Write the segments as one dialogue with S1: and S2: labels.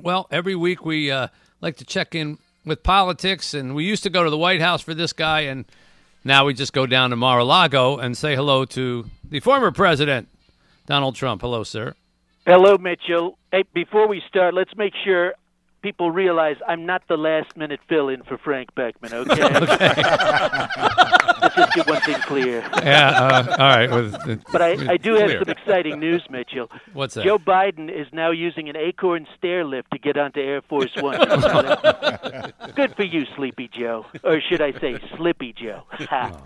S1: Well, every week we uh, like to check in with politics, and we used to go to the White House for this guy, and now we just go down to Mar a Lago and say hello to the former president, Donald Trump. Hello, sir.
S2: Hello, Mitchell. Hey, before we start, let's make sure people realize I'm not the last minute fill in for Frank Beckman, okay? let's just get one thing clear.
S1: Yeah, uh, all right. With-
S2: But I, I do have
S1: Clear.
S2: some exciting news, Mitchell.
S1: What's that?
S2: Joe Biden is now using an acorn stair lift to get onto Air Force One. You know that? Good for you, Sleepy Joe. Or should I say, Slippy Joe. Ha.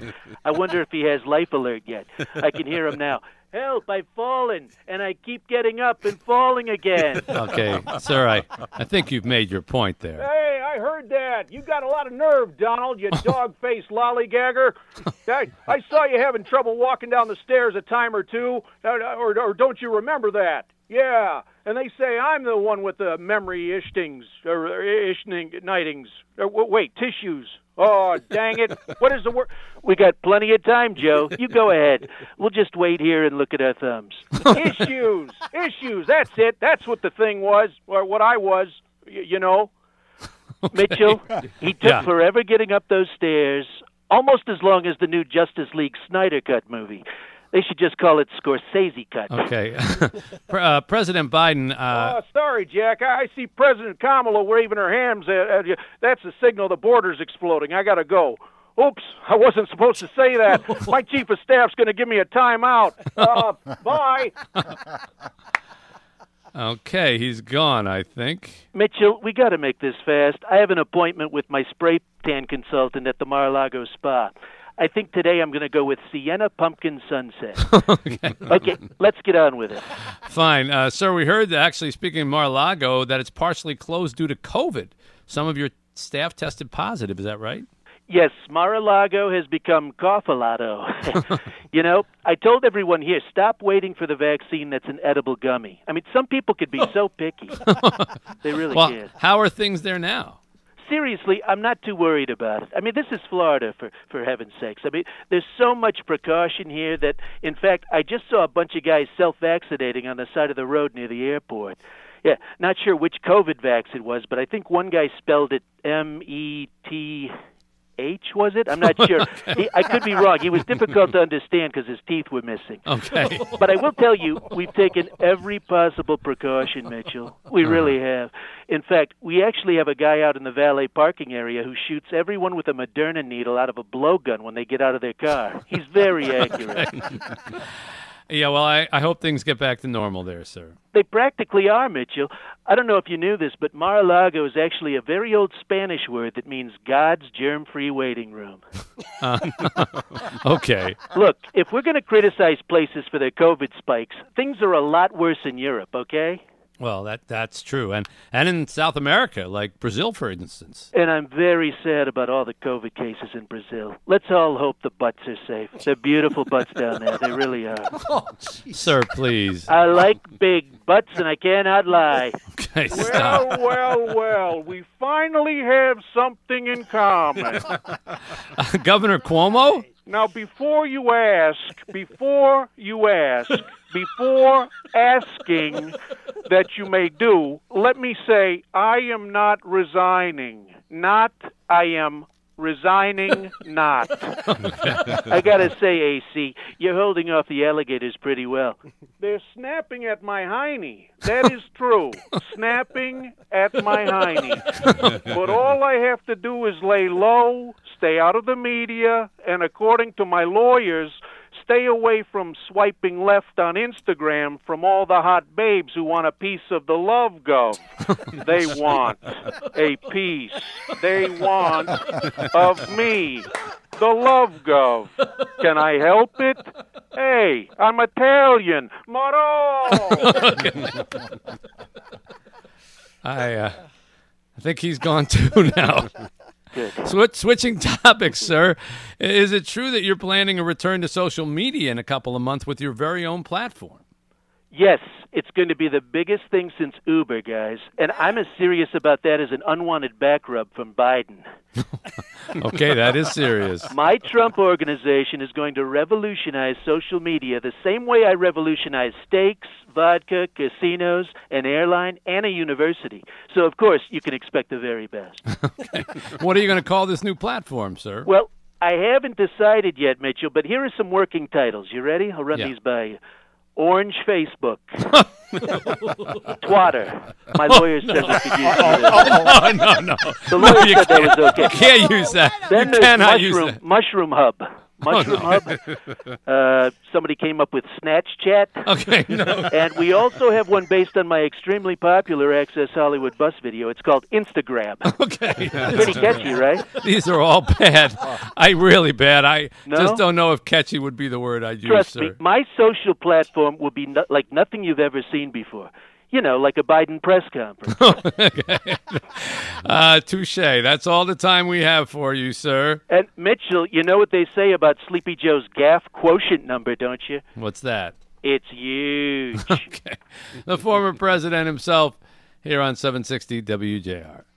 S2: I wonder if he has life alert yet. I can hear him now. Help, I've fallen, and I keep getting up and falling again.
S1: Okay, sir, I, I think you've made your point there.
S3: Hey, I heard that. You got a lot of nerve, Donald, you dog faced lollygagger. I, I saw you having trouble walking down the stairs a time or two, or, or, or don't you remember that? Yeah, and they say I'm the one with the memory ishtings, or ishning, nightings. Or, w- wait, tissues. Oh, dang it. What is the word?
S2: We got plenty of time, Joe. You go ahead. We'll just wait here and look at our thumbs.
S3: issues. Issues. That's it. That's what the thing was, or what I was, y- you know.
S2: Mitchell, he took
S1: Yeah.
S2: forever getting up those stairs, almost as long as the new Justice League Snyder Cut movie. They should just call it Scorsese Cut.
S1: Okay. Pre- uh, President Biden, uh,
S3: Uh, sorry, Jack. I I see President Kamala waving her hands at, at you. That's a signal the border's exploding. I gotta go. Oops, I wasn't supposed to say that. My chief of staff's gonna give me a timeout. Uh, bye.
S1: okay, he's gone, I think.
S2: Mitchell, we got to make this fast. I have an appointment with my spray tan consultant at the Mar-a-Lago Spa. I think today I'm going to go with Sienna Pumpkin Sunset. okay, let's get on with it.
S1: Fine. Uh, sir, we heard that actually, speaking of Mar-a-Lago, that it's partially closed due to COVID. Some of your staff tested positive. Is that right?
S2: Yes, Mar-a-Lago has become coughalado. you know, I told everyone here, stop waiting for the vaccine that's an edible gummy. I mean, some people could be so picky. they really
S1: Well,
S2: can.
S1: how are things there now?
S2: Seriously, I'm not too worried about it. I mean, this is Florida, for, for heaven's sakes. I mean, there's so much precaution here that, in fact, I just saw a bunch of guys self-vaccinating on the side of the road near the airport. Yeah, not sure which COVID vax it was, but I think one guy spelled it M E T H was it? I'm not sure. he, I could be wrong. He was difficult to understand because his teeth were missing.
S1: Okay.
S2: But I will tell you, we've taken every possible precaution, Mitchell. We really have. In fact, we actually have a guy out in the valet parking area who shoots everyone with a Moderna needle out of a blowgun when they get out of their car. He's very accurate.
S1: yeah, well, I, I hope things get back to normal there, sir.
S2: They practically are, Mitchell. I don't know if you knew this, but Mar-a-Lago is actually a very old Spanish word that means God's germ-free waiting room.
S1: Okay.
S2: Look, if we're going to criticize places for their COVID spikes, things are a lot worse in Europe, okay?
S1: Well, that that's true. And and in South America, like Brazil, for instance.
S2: And I'm very sad about all the COVID cases in Brazil. Let's all hope the butts are safe. They're beautiful butts down there. They really are.
S1: Sir, please.
S2: I like big butts, and I cannot lie.
S1: Okay, stop.
S3: Well, well, well. We finally have something in common.
S1: Governor Cuomo?
S3: Now, before you ask, before you ask, before asking that you may do, let me say I am not resigning. Not I am resigning, not.
S2: I gotta say, AC, you're holding off the alligators pretty well.
S3: They're snapping at my hiney. That is true. snapping at my hiney. but all I have to do is lay low, stay out of the media, and according to my lawyers, stay away from swiping left on Instagram from all the hot babes who want a piece of the love go. they want a piece. They want of me. The love gov. Can I help it? Hey, I'm Italian. Moro!
S1: I uh, I think he's gone too now. Switch, switching topics, sir. Is it true that you're planning a return to social media in a couple of months with your very own platform?
S2: Yes, It's going to be the biggest thing since Uber, guys. And I'm as serious about that as an unwanted back rub from Biden.
S1: Okay, that is serious.
S2: My Trump organization is going to revolutionize social media the same way I revolutionized steaks, vodka, casinos, an airline, and a university. So, of course, you can expect the very best.
S1: What are you going to call this new platform, sir?
S2: well, I haven't decided yet, Mitchell, but here are some working titles. You ready? I'll run
S1: Yeah.
S2: these by you. Orange Facebook. Twatter. My lawyer said we could use that.
S1: oh, no, no.
S2: The lawyer
S1: you
S2: said that was okay.
S1: Can't use that. You
S2: Then there's
S1: cannot use
S2: mushroom,
S1: that. Oh,
S2: mushroom hub. Mushroom hub. Uh, somebody came up with Snatch Chat,
S1: Okay, no.
S2: and we also have one based on my extremely popular Access Hollywood bus video. It's called Instagram.
S1: Oh, Okay.
S2: Pretty catchy, right?
S1: These are all bad. I really bad. I
S2: No?
S1: just don't know if catchy would be the word I'd use,
S2: Trust
S1: sir.
S2: me, my social platform will be no- like nothing you've ever seen before. You know, like a Biden press conference.
S1: Uh, touche. That's all the time we have for you, sir.
S2: and Mitchell, you know what they say about Sleepy Joe's gaff quotient number, don't you?
S1: What's that?
S2: It's huge.
S1: The former president himself here on 760 WJR.